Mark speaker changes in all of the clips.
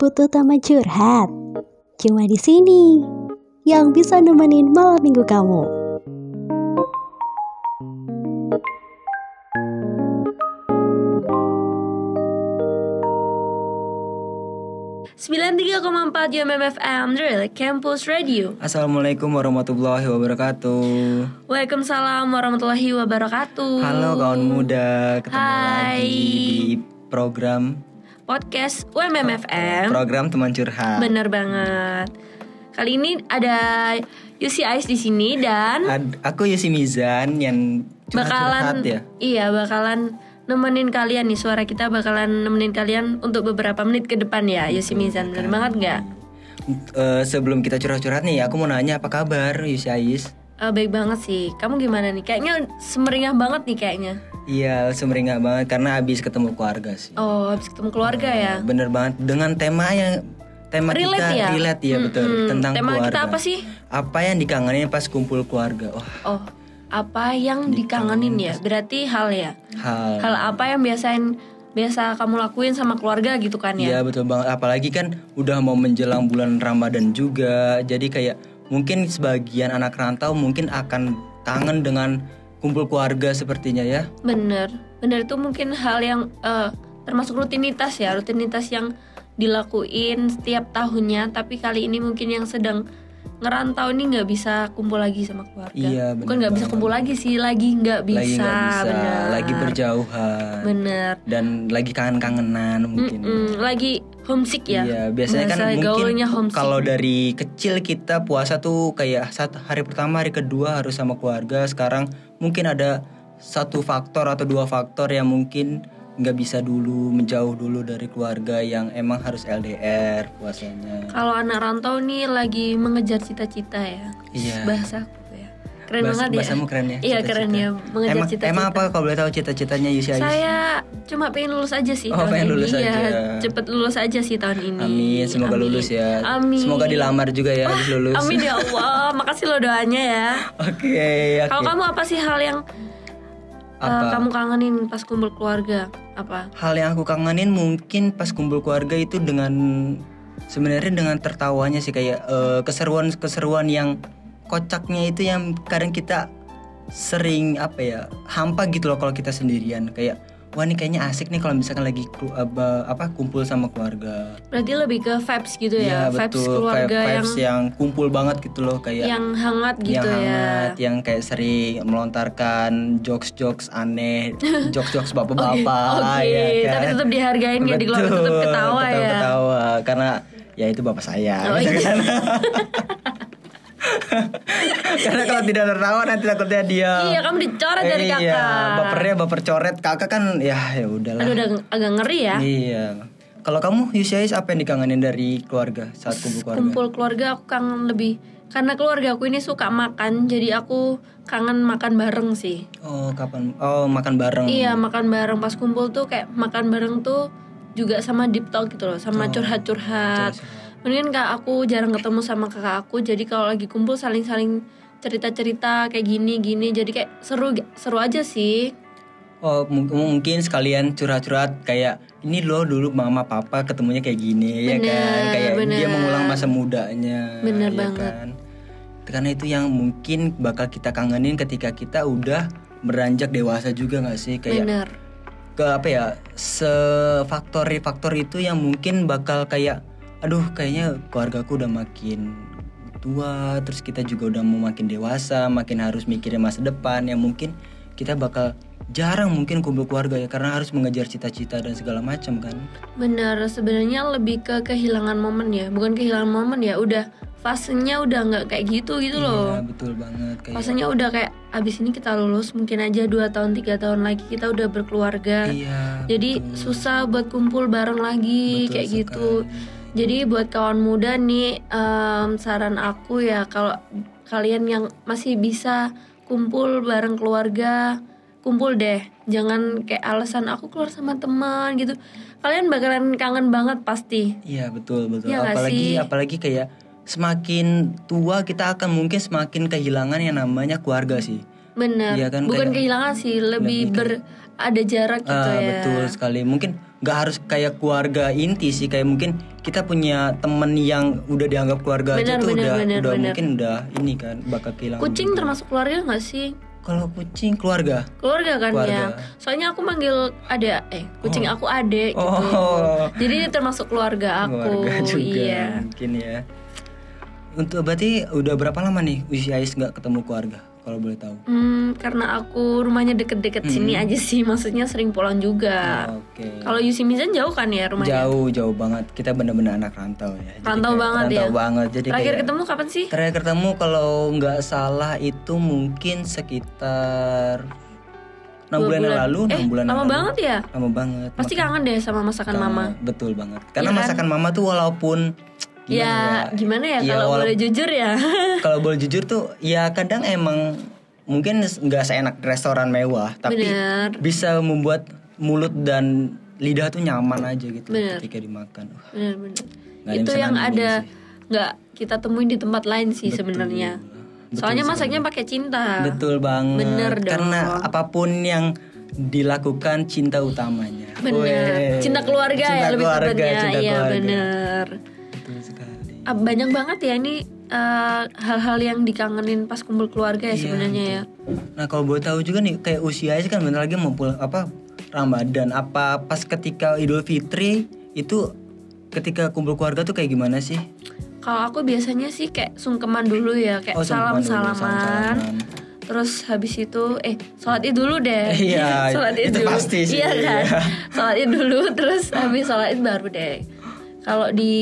Speaker 1: butuh teman curhat? Cuma di sini yang bisa nemenin malam minggu kamu.
Speaker 2: sembilan tiga koma empat UMMFM The Real Campus Radio.
Speaker 3: Assalamualaikum warahmatullahi wabarakatuh.
Speaker 2: Waalaikumsalam warahmatullahi wabarakatuh.
Speaker 3: Halo kawan muda, ketemu
Speaker 2: Hai.
Speaker 3: lagi di program
Speaker 2: Podcast UMMFM.
Speaker 3: program teman curhat.
Speaker 2: Bener banget. Kali ini ada UC Ice di sini dan
Speaker 3: Ad- aku Yusi Mizan yang curhat, curhat
Speaker 2: bakalan
Speaker 3: ya.
Speaker 2: iya bakalan nemenin kalian nih suara kita bakalan nemenin kalian untuk beberapa menit ke depan ya Yusi Mizan bener banget nggak?
Speaker 3: Eh, sebelum kita curhat-curhat nih, aku mau nanya apa kabar Yusi Ais?
Speaker 2: Eh, baik banget sih. Kamu gimana nih? Kayaknya semeringah banget nih kayaknya.
Speaker 3: Iya, semeringah banget karena habis ketemu keluarga sih.
Speaker 2: Oh, habis ketemu keluarga ya.
Speaker 3: Bener banget dengan tema yang tema
Speaker 2: Relate
Speaker 3: kita
Speaker 2: ya?
Speaker 3: relate ya betul
Speaker 2: Mm-mm.
Speaker 3: tentang
Speaker 2: Tema
Speaker 3: keluarga.
Speaker 2: kita apa sih?
Speaker 3: Apa yang dikangenin pas kumpul keluarga? Wah,
Speaker 2: Oh, apa yang dikangenin ya? Berarti hal ya.
Speaker 3: hal
Speaker 2: Hal apa yang biasain biasa kamu lakuin sama keluarga gitu kan ya?
Speaker 3: Iya betul banget. Apalagi kan udah mau menjelang bulan Ramadan juga. Jadi kayak mungkin sebagian anak rantau mungkin akan kangen dengan kumpul keluarga sepertinya ya.
Speaker 2: Bener, bener itu mungkin hal yang eh, termasuk rutinitas ya, rutinitas yang dilakuin setiap tahunnya. Tapi kali ini mungkin yang sedang ngerantau ini nggak bisa kumpul lagi sama keluarga.
Speaker 3: Iya, bener
Speaker 2: Bukan nggak bisa
Speaker 3: banget.
Speaker 2: kumpul lagi sih, lagi nggak bisa.
Speaker 3: lagi nggak bisa,
Speaker 2: bener.
Speaker 3: lagi berjauhan
Speaker 2: Bener.
Speaker 3: dan lagi kangen-kangenan mungkin.
Speaker 2: Mm-mm, lagi homesick ya.
Speaker 3: Iya, biasanya kan
Speaker 2: Berasa
Speaker 3: mungkin
Speaker 2: gaulnya homesick.
Speaker 3: kalau dari kecil kita puasa tuh kayak satu hari pertama, hari kedua harus sama keluarga. Sekarang mungkin ada satu faktor atau dua faktor yang mungkin nggak bisa dulu menjauh dulu dari keluarga yang emang harus LDR puasanya.
Speaker 2: Kalau anak rantau nih lagi mengejar cita-cita ya.
Speaker 3: Iya.
Speaker 2: Bahasa aku ya. Keren
Speaker 3: Bahas-
Speaker 2: banget
Speaker 3: bahasamu
Speaker 2: ya.
Speaker 3: keren ya.
Speaker 2: Iya, keren ya, mengejar
Speaker 3: emang,
Speaker 2: cita-cita.
Speaker 3: Emang apa kalau boleh tahu cita-citanya Yusi Ais?
Speaker 2: Saya cuma pengen lulus aja sih
Speaker 3: Oh,
Speaker 2: tahun
Speaker 3: pengen
Speaker 2: ini.
Speaker 3: lulus
Speaker 2: Iya,
Speaker 3: aja.
Speaker 2: cepet lulus aja sih tahun ini.
Speaker 3: Amin, semoga
Speaker 2: Amin.
Speaker 3: lulus ya.
Speaker 2: Amin.
Speaker 3: Semoga dilamar juga ya habis lulus.
Speaker 2: Amin ya Allah. Makasih lo doanya ya.
Speaker 3: Oke, oke.
Speaker 2: Kalau kamu apa sih hal yang eh,
Speaker 3: Apa?
Speaker 2: kamu kangenin pas kumpul keluarga? Apa?
Speaker 3: hal yang aku kangenin mungkin pas kumpul keluarga itu dengan sebenarnya dengan tertawanya sih kayak eh, keseruan-keseruan yang kocaknya itu yang kadang kita sering apa ya hampa gitu loh kalau kita sendirian kayak wah ini kayaknya asik nih kalau misalkan lagi ku- apa apa, kumpul sama keluarga
Speaker 2: Berarti lebih ke vibes gitu ya,
Speaker 3: Iya,
Speaker 2: vibes keluarga
Speaker 3: vi-
Speaker 2: yang
Speaker 3: vibes ya. yang kumpul banget gitu loh kayak
Speaker 2: yang hangat gitu
Speaker 3: yang
Speaker 2: ya.
Speaker 3: hangat yang kayak sering melontarkan jokes-jokes aneh jokes-jokes bapak-bapak
Speaker 2: Oh, Oke,
Speaker 3: ya kan?
Speaker 2: tapi tetap dihargain ya di keluarga
Speaker 3: Betul,
Speaker 2: tetap ketawa
Speaker 3: tetap
Speaker 2: ya.
Speaker 3: ketawa karena ya itu bapak saya.
Speaker 2: Oh,
Speaker 3: gitu
Speaker 2: iya.
Speaker 3: kan. karena kalau tidak tertawa nanti takutnya dia.
Speaker 2: Iya, kamu dicoret dari
Speaker 3: Eh, Iya,
Speaker 2: kakak.
Speaker 3: bapernya baper coret kakak kan ya ya udahlah.
Speaker 2: Aduh udah agak ngeri ya.
Speaker 3: Iya. Kalau kamu Yusiais apa yang dikangenin dari keluarga saat kumpul keluarga?
Speaker 2: Kumpul keluarga aku kangen lebih karena keluarga aku ini suka makan, jadi aku kangen makan bareng sih.
Speaker 3: Oh kapan? Oh makan bareng.
Speaker 2: Iya, makan bareng pas kumpul tuh kayak makan bareng tuh juga sama deep talk gitu loh, sama curhat-curhat. Mendingan kak aku jarang ketemu sama kakak aku, jadi kalau lagi kumpul saling-saling cerita-cerita kayak gini-gini, jadi kayak seru seru aja sih.
Speaker 3: Oh mung- mungkin sekalian curhat-curhat kayak ini loh dulu mama papa ketemunya kayak gini ya kan
Speaker 2: Bener,
Speaker 3: kayak dia
Speaker 2: bener.
Speaker 3: mengulang masa mudanya
Speaker 2: Bener
Speaker 3: ya
Speaker 2: banget.
Speaker 3: kan? karena itu yang mungkin bakal kita kangenin ketika kita udah beranjak dewasa juga nggak sih kayak
Speaker 2: Bener.
Speaker 3: ke apa ya sefaktor-faktor itu yang mungkin bakal kayak aduh kayaknya keluargaku udah makin tua terus kita juga udah mau makin dewasa makin harus mikirin masa depan yang mungkin kita bakal jarang mungkin kumpul keluarga ya karena harus mengejar cita-cita dan segala macam kan
Speaker 2: Bener, sebenarnya lebih ke kehilangan momen ya, bukan kehilangan momen ya, udah fasenya udah nggak kayak gitu gitu
Speaker 3: iya
Speaker 2: loh.
Speaker 3: betul banget kayak
Speaker 2: Fasenya udah kayak abis ini kita lulus mungkin aja dua tahun tiga tahun lagi kita udah berkeluarga.
Speaker 3: iya
Speaker 2: Jadi susah buat kumpul bareng lagi
Speaker 3: Betul
Speaker 2: kayak
Speaker 3: sekali.
Speaker 2: gitu. Jadi buat kawan muda nih em, saran aku ya kalau kalian yang masih bisa kumpul bareng keluarga, kumpul deh. Jangan kayak alasan aku keluar sama teman gitu. Kalian bakalan kangen banget pasti.
Speaker 3: Iya betul betul.
Speaker 2: Iya nggak
Speaker 3: apalagi
Speaker 2: sih?
Speaker 3: apalagi kayak semakin tua kita akan mungkin semakin kehilangan yang namanya keluarga sih.
Speaker 2: bener
Speaker 3: Iya kan,
Speaker 2: bukan
Speaker 3: kayak-
Speaker 2: kehilangan sih lebih
Speaker 3: lebih
Speaker 2: ber ada jarak gitu
Speaker 3: Ah,
Speaker 2: ya
Speaker 3: betul sekali mungkin nggak harus kayak keluarga inti sih kayak mungkin kita punya temen yang udah dianggap keluarga aja
Speaker 2: Benar,
Speaker 3: tuh
Speaker 2: benar,
Speaker 3: udah
Speaker 2: benar,
Speaker 3: udah
Speaker 2: benar.
Speaker 3: mungkin udah ini kan bakal kehilangan
Speaker 2: kucing termasuk keluarga nggak sih
Speaker 3: kalau kucing keluarga
Speaker 2: keluarga kan ya
Speaker 3: Keluarga.
Speaker 2: soalnya aku manggil ada eh kucing aku adek gitu
Speaker 3: Oh.
Speaker 2: jadi termasuk keluarga aku
Speaker 3: keluarga juga
Speaker 2: iya
Speaker 3: mungkin ya untuk berarti udah berapa lama nih usia Ais nggak ketemu keluarga kalau boleh tahu
Speaker 2: Hmm, karena aku rumahnya deket-deket
Speaker 3: Hmm.
Speaker 2: sini aja sih, maksudnya sering pulang juga.
Speaker 3: oke
Speaker 2: Kalau Yusi Mizan jauh kan ya rumahnya?
Speaker 3: Oh. jauh jauh banget kita bener-bener anak rantau ya Jadi
Speaker 2: Rantau
Speaker 3: kayak-
Speaker 2: banget
Speaker 3: rantau
Speaker 2: ya?
Speaker 3: banget jadi
Speaker 2: Terakhir
Speaker 3: kayak-
Speaker 2: ketemu kapan sih?
Speaker 3: Terakhir ketemu kalau nggak salah itu mungkin sekitar enam
Speaker 2: Dua
Speaker 3: bulan, yang lalu,
Speaker 2: Eh,
Speaker 3: enam bulan yang
Speaker 2: lama
Speaker 3: lalu.
Speaker 2: banget ya?
Speaker 3: Lama banget.
Speaker 2: Pasti
Speaker 3: makan-
Speaker 2: kangen deh sama masakan
Speaker 3: kangen.
Speaker 2: mama.
Speaker 3: Betul banget.
Speaker 2: Iya
Speaker 3: Karena
Speaker 2: kan?
Speaker 3: masakan mama tuh walaupun
Speaker 2: Ya, gimana
Speaker 3: Iya,
Speaker 2: ya kalau
Speaker 3: wala-
Speaker 2: boleh jujur ya?
Speaker 3: kalau boleh jujur tuh ya kadang emang mungkin nggak seenak restoran mewah, tapi
Speaker 2: Bener.
Speaker 3: bisa membuat mulut dan lidah tuh nyaman aja gitu
Speaker 2: Bener.
Speaker 3: ketika dimakan. Uh,
Speaker 2: Bener, bener.
Speaker 3: Nggak ada
Speaker 2: Itu
Speaker 3: yang
Speaker 2: yang
Speaker 3: bisa
Speaker 2: ada
Speaker 3: nandingin
Speaker 2: nggak kita temuin di tempat lain sih
Speaker 3: Betul.
Speaker 2: sebenarnya.
Speaker 3: Betul
Speaker 2: Soalnya
Speaker 3: sekali.
Speaker 2: masaknya pakai cinta.
Speaker 3: Betul
Speaker 2: Ah,
Speaker 3: banget.
Speaker 2: Bener dong.
Speaker 3: Karena apapun yang dilakukan cinta utamanya.
Speaker 2: Bener.
Speaker 3: Weh.
Speaker 2: Cinta keluarga
Speaker 3: iya, Cinta
Speaker 2: ya lebih
Speaker 3: keluarga,
Speaker 2: tepatnya.
Speaker 3: cinta
Speaker 2: Iya,
Speaker 3: keluarga.
Speaker 2: bener.
Speaker 3: Betul sekali.
Speaker 2: Ah, banyak banget ya ini eh, hal-hal yang dikangenin pas kumpul keluarga ya
Speaker 3: Iya,
Speaker 2: sebenarnya ya.
Speaker 3: Nah, kalau boleh tahu juga nih kayak usia aja kan bentar lagi mau pulang apa Ramadan apa pas ketika Idul Fitri itu ketika kumpul keluarga tuh kayak gimana sih?
Speaker 2: Kalau aku biasanya sih kayak sungkeman dulu ya, kayak
Speaker 3: Oh, sungkeman dulu, salam-salaman.
Speaker 2: salam-salaman. Terus habis itu eh sholat id dulu deh.
Speaker 3: Iya,
Speaker 2: sholat id
Speaker 3: itu
Speaker 2: dulu.
Speaker 3: pasti sih,
Speaker 2: Iya kan.
Speaker 3: iya.
Speaker 2: sholat id dulu terus habis sholat id baru deh. Kalau di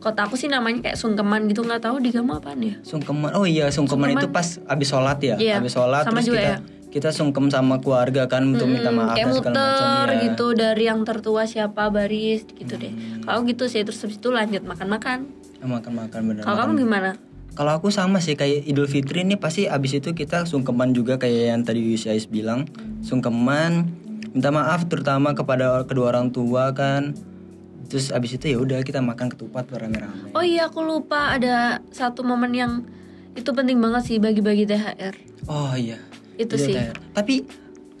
Speaker 2: kota aku sih namanya kayak sungkeman gitu nggak tahu di kamu apaan ya?
Speaker 3: Sungkeman. Oh iya, sungkeman,
Speaker 2: Sungkeman.
Speaker 3: itu pas abis sholat ya.
Speaker 2: Iya,
Speaker 3: Abis sholat
Speaker 2: sama
Speaker 3: terus
Speaker 2: juga ya.
Speaker 3: kita kita sungkem sama keluarga kan untuk minta
Speaker 2: Mm,
Speaker 3: maaf
Speaker 2: kayak
Speaker 3: dan segala macam
Speaker 2: muter
Speaker 3: ya.
Speaker 2: gitu dari yang tertua siapa baris gitu deh. Kalau gitu sih terus habis itu lanjut makan-makan.
Speaker 3: Hmm. Makan-makan bener.
Speaker 2: Kalau
Speaker 3: makan.
Speaker 2: kamu gimana?
Speaker 3: Kalau aku sama sih kayak Idul Fitri nih pasti abis itu kita sungkeman juga kayak yang tadi Yusi Ais bilang sungkeman minta maaf terutama kepada kedua orang tua kan terus abis itu ya udah kita makan ketupat rame-rame.
Speaker 2: Oh iya aku lupa ada satu momen yang itu penting banget sih bagi-bagi THR.
Speaker 3: Oh iya
Speaker 2: Itu
Speaker 3: Idul
Speaker 2: sih.
Speaker 3: THR. Tapi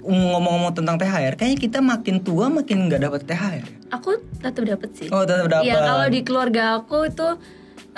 Speaker 3: um, ngomong-ngomong tentang THR kayaknya kita makin tua makin nggak dapat THR.
Speaker 2: Aku tetap dapat sih.
Speaker 3: ya? Oh tetap dapat.
Speaker 2: Iya kalau di keluarga aku itu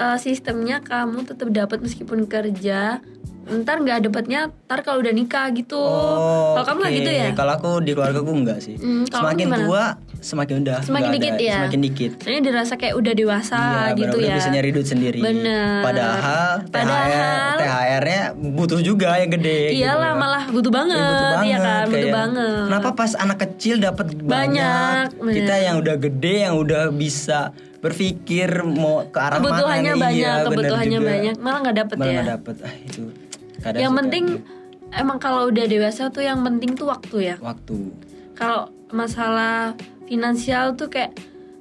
Speaker 2: eh, sistemnya kamu tetap dapat meskipun kerja. Ntar nggak dapatnya ntar kalau udah nikah gitu.
Speaker 3: Oh,
Speaker 2: kalau kamu nggak
Speaker 3: oke.
Speaker 2: gitu ya?
Speaker 3: Kalau aku di keluarga aku enggak sih.
Speaker 2: Hmm, kalau
Speaker 3: semakin
Speaker 2: kamu gimana?
Speaker 3: tua semakin udah
Speaker 2: Semakin
Speaker 3: nggak
Speaker 2: dikit
Speaker 3: ada-
Speaker 2: ya?
Speaker 3: Semakin dikit.
Speaker 2: Soalnya dirasa kayak udah dewasa
Speaker 3: Iya,
Speaker 2: gitu
Speaker 3: benar-benar
Speaker 2: ya.
Speaker 3: bisa nyari duit sendiri.
Speaker 2: Bener.
Speaker 3: Padahal
Speaker 2: Padahal-
Speaker 3: THR THR-nya butuh juga yang gede.
Speaker 2: Iyalah
Speaker 3: gitu.
Speaker 2: malah butuh banget,
Speaker 3: Iya, butuh banget.
Speaker 2: iya kan, butuh
Speaker 3: kayak-
Speaker 2: banget.
Speaker 3: Kenapa pas anak kecil dapat banyak,
Speaker 2: Banyak, bener.
Speaker 3: kita yang udah gede yang udah bisa berpikir mau ke arah mana
Speaker 2: Kebutuhannya
Speaker 3: nih, iya,
Speaker 2: banyak,
Speaker 3: bener
Speaker 2: kebutuhannya
Speaker 3: juga.
Speaker 2: banyak, malah nggak dapet
Speaker 3: Malah
Speaker 2: ya.
Speaker 3: nggak dapet. Ah, itu. kadang
Speaker 2: yang
Speaker 3: suka
Speaker 2: penting emang kalau udah dewasa tuh yang penting tuh waktu ya
Speaker 3: waktu.
Speaker 2: kalau masalah finansial tuh kayak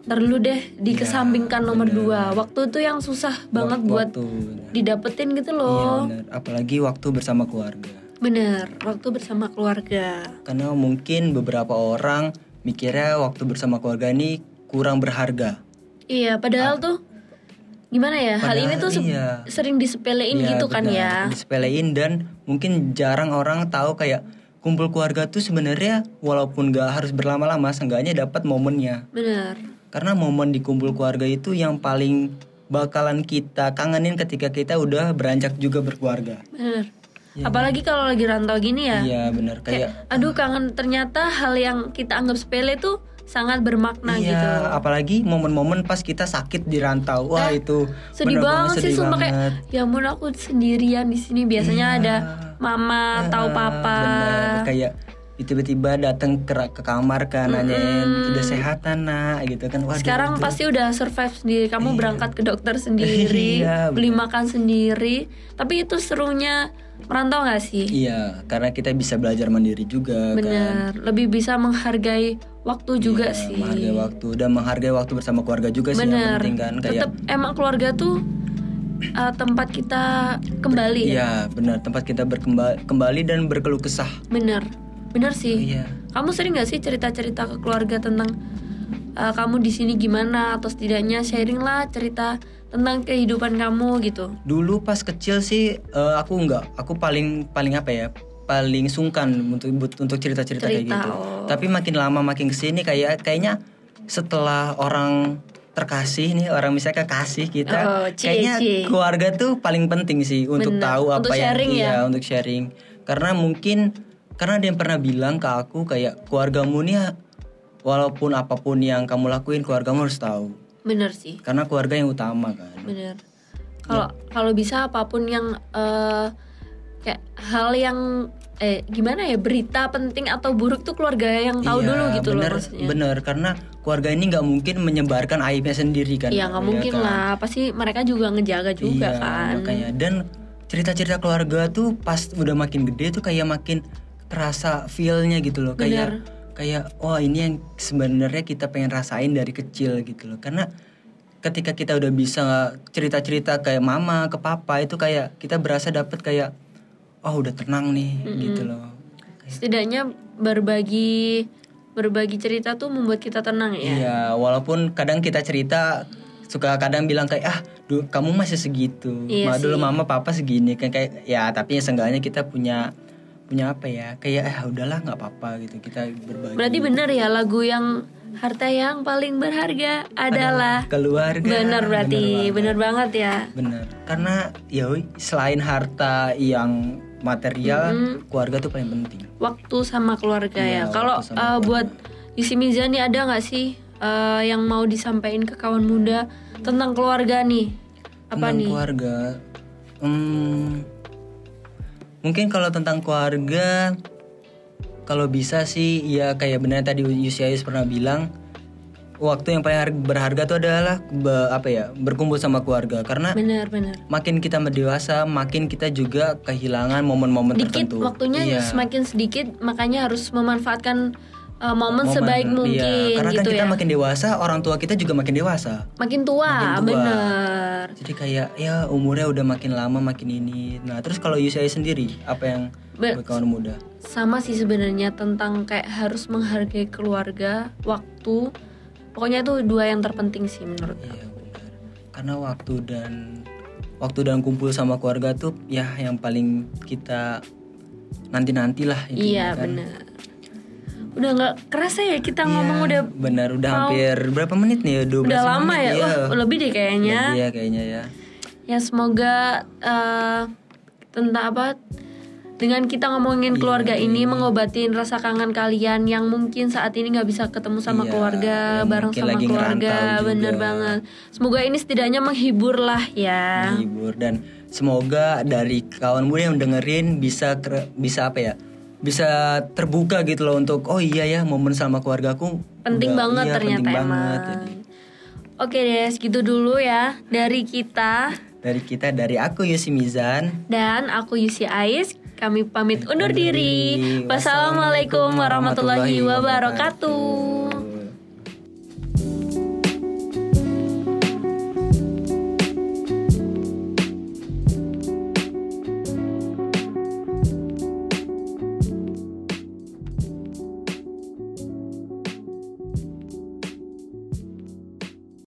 Speaker 2: ntar dulu deh dikesampingkan nomor
Speaker 3: Iya, bener.
Speaker 2: dua waktu tuh yang susah banget
Speaker 3: Wak-
Speaker 2: buat
Speaker 3: waktu, bener.
Speaker 2: didapetin gitu
Speaker 3: Iya,
Speaker 2: loh
Speaker 3: bener. apalagi waktu bersama keluarga.
Speaker 2: bener waktu bersama keluarga
Speaker 3: Karena mungkin beberapa orang mikirnya waktu bersama keluarga ini kurang berharga.
Speaker 2: iya padahal tuh gimana ya hal
Speaker 3: Ah. Padahal
Speaker 2: ini tuh se-
Speaker 3: iya.
Speaker 2: sering disepelein
Speaker 3: Iya,
Speaker 2: gitu kan ya
Speaker 3: benar. Disepelein dan mungkin jarang orang tahu kayak kumpul keluarga tuh sebenarnya walaupun gak harus berlama-lama seenggaknya dapat momennya.
Speaker 2: bener
Speaker 3: Karena momen di kumpul keluarga itu yang paling bakalan kita kangenin ketika kita udah beranjak juga berkeluarga.
Speaker 2: bener apalagi kalau lagi rantau gini ya
Speaker 3: Iya benar kayak
Speaker 2: kayak aduh kangen ternyata hal yang kita anggap sepele tuh sangat bermakna
Speaker 3: iya,
Speaker 2: gitu
Speaker 3: apalagi momen-momen pas kita sakit di rantau. Wah, itu
Speaker 2: Eh, sedih
Speaker 3: bener
Speaker 2: banget sih
Speaker 3: sedih
Speaker 2: sumpah kayak
Speaker 3: banget.
Speaker 2: ya ampun aku sendirian di sini biasanya
Speaker 3: Iya.
Speaker 2: ada mama atau papa
Speaker 3: Bener, Ah, kayak tiba-tiba datang ke, ke kamar kan nanyain udah sehatan nak gitu kan Waduh,
Speaker 2: sekarang
Speaker 3: itu-
Speaker 2: pasti udah survive sendiri kamu berangkat ke dokter sendiri
Speaker 3: Iya,
Speaker 2: beli makan sendiri tapi itu serunya merantau nggak sih
Speaker 3: iya karena kita bisa belajar mandiri juga kan
Speaker 2: bener lebih bisa menghargai waktu juga
Speaker 3: Nah,
Speaker 2: sih
Speaker 3: menghargai waktu dan menghargai waktu bersama keluarga juga sih yang
Speaker 2: bener
Speaker 3: penting kan kayak
Speaker 2: tetap emang keluarga tuh uh, tempat kita kembali ya
Speaker 3: iya benar tempat kita berkembali kembali dan berkeluh kesah
Speaker 2: bener bener sih
Speaker 3: iya
Speaker 2: Kamu sering gak sih cerita-cerita ke keluarga tentang uh, kamu di sini gimana atau setidaknya sharing lah cerita tentang kehidupan kamu gitu.
Speaker 3: dulu pas kecil sih eh, aku nggak aku paling paling apa ya paling sungkan untuk but- untuk cerita-cerita kayak
Speaker 2: Cerita,
Speaker 3: gitu.
Speaker 2: oh.
Speaker 3: Tapi makin lama makin kesini kayak kayaknya setelah orang terkasih nih orang misalnya kekasih kita
Speaker 2: Oh, cie,
Speaker 3: kayaknya
Speaker 2: cie.
Speaker 3: keluarga tuh paling penting sih untuk
Speaker 2: Bener.
Speaker 3: tahu apa
Speaker 2: Untuk
Speaker 3: yang
Speaker 2: sharing ya.
Speaker 3: iya, untuk sharing karena mungkin karena ada yang pernah bilang ke aku kayak keluargamu nih walaupun apapun yang kamu lakuin keluargamu harus tahu
Speaker 2: bener sih
Speaker 3: karena keluarga yang utama kan
Speaker 2: bener kalau
Speaker 3: Ya.
Speaker 2: kalau bisa apapun yang eh, kayak hal yang eh gimana ya berita penting atau buruk tuh keluarga yang tahu
Speaker 3: Iya,
Speaker 2: dulu gitu
Speaker 3: bener,
Speaker 2: loh maksudnya
Speaker 3: bener karena keluarga ini nggak mungkin menyebarkan aibnya sendiri kan
Speaker 2: Iya nggak
Speaker 3: Iya
Speaker 2: mungkin
Speaker 3: kan?
Speaker 2: lah, pasti mereka juga ngejaga juga
Speaker 3: Iya,
Speaker 2: kan.
Speaker 3: makanya dan cerita-cerita keluarga tuh pas udah makin gede tuh kayak makin terasa feelnya gitu loh kayak kayak wah ini yang sebenarnya kita pengen rasain dari kecil gitu loh karena ketika kita udah bisa cerita-cerita kayak mama ke papa itu kayak kita berasa dapet kayak oh udah tenang nih gitu loh
Speaker 2: Setidaknya berbagi berbagi cerita tuh membuat kita tenang ya.
Speaker 3: Iya, walaupun kadang kita cerita suka kadang bilang kayak ah, du- kamu masih segitu.
Speaker 2: Iya
Speaker 3: Ma- dulu
Speaker 2: sih.
Speaker 3: mama papa segini kan kayak ya tapi ya seenggaknya kita punya punya apa ya? Kayak ah udahlah nggak apa-apa gitu. Kita berbagi.
Speaker 2: Berarti bener ya lagu yang harta yang paling berharga adalah
Speaker 3: keluarga.
Speaker 2: bener berarti
Speaker 3: Bener.
Speaker 2: bener banget ya.
Speaker 3: banget. Bener. Karena ya woi, selain harta yang material, keluarga tuh paling penting.
Speaker 2: Waktu sama keluarga ya.
Speaker 3: Iya,
Speaker 2: Kalau
Speaker 3: waktu
Speaker 2: eh,
Speaker 3: sama keluarga.
Speaker 2: buat Isi Miza nih ada nggak sih eh, yang mau disampaikan ke kawan muda tentang keluarga nih? Apa
Speaker 3: tentang
Speaker 2: nih?
Speaker 3: keluarga hmm, mungkin kalau tentang keluarga kalau bisa sih ya kayak benar tadi Yusiayus pernah bilang waktu yang paling har- berharga itu adalah be- apa ya berkumpul sama keluarga karena
Speaker 2: Bener bener.
Speaker 3: makin kita mendewasa makin kita juga kehilangan momen-momen
Speaker 2: dikit
Speaker 3: tertentu
Speaker 2: waktunya
Speaker 3: Iya.
Speaker 2: semakin sedikit makanya harus memanfaatkan uh, momen,
Speaker 3: Momen,
Speaker 2: sebaik
Speaker 3: iya.
Speaker 2: mungkin
Speaker 3: karena kan
Speaker 2: gitu
Speaker 3: kita
Speaker 2: ya
Speaker 3: makin dewasa orang tua kita juga makin dewasa
Speaker 2: makin tua,
Speaker 3: makin tua.
Speaker 2: bener
Speaker 3: jadi kayak ya umurnya udah makin lama makin ini nah terus kalau Yusai sendiri apa yang
Speaker 2: Be-
Speaker 3: buat kawan muda
Speaker 2: sama sih sebenarnya tentang kayak harus menghargai keluarga waktu pokoknya itu dua yang terpenting sih menurut
Speaker 3: iya benar karena waktu dan waktu dan kumpul sama keluarga tuh ya yang paling kita nanti nantilah
Speaker 2: iya bener udah nggak kerasa ya kita ngomong udah
Speaker 3: benar Iya. udah
Speaker 2: mau-
Speaker 3: hampir berapa menit nih 12
Speaker 2: udah lama
Speaker 3: menit,
Speaker 2: ya
Speaker 3: iya.
Speaker 2: Wah, lebih deh kayaknya
Speaker 3: Iya kayaknya ya
Speaker 2: Ya semoga eh, tentang apa dengan kita ngomongin
Speaker 3: Iya,
Speaker 2: keluarga ini mengobatin rasa kangen kalian yang mungkin saat ini nggak bisa ketemu sama
Speaker 3: Iya,
Speaker 2: keluarga
Speaker 3: yang
Speaker 2: bareng
Speaker 3: mungkin
Speaker 2: sama
Speaker 3: lagi
Speaker 2: keluarga
Speaker 3: ngerantau juga.
Speaker 2: bener banget. Semoga ini setidaknya menghibur lah ya.
Speaker 3: menghibur dan semoga dari kawan muda yang dengerin bisa kere- bisa apa ya bisa terbuka gitu loh untuk oh iya ya momen sama keluargaku
Speaker 2: Penting
Speaker 3: udah-
Speaker 2: banget
Speaker 3: iya,
Speaker 2: ternyata
Speaker 3: penting
Speaker 2: emang.
Speaker 3: banget. Jadi,
Speaker 2: Oke deh, segitu dulu ya dari kita
Speaker 3: dari kita dari aku Yusi Mizan
Speaker 2: dan aku Yusi Ais. Kami pamit undur diri.
Speaker 3: diri.
Speaker 2: Wassalamualaikum warahmatullahi
Speaker 3: Wassalamualaikum warahmatullahi
Speaker 2: wabarakatuh.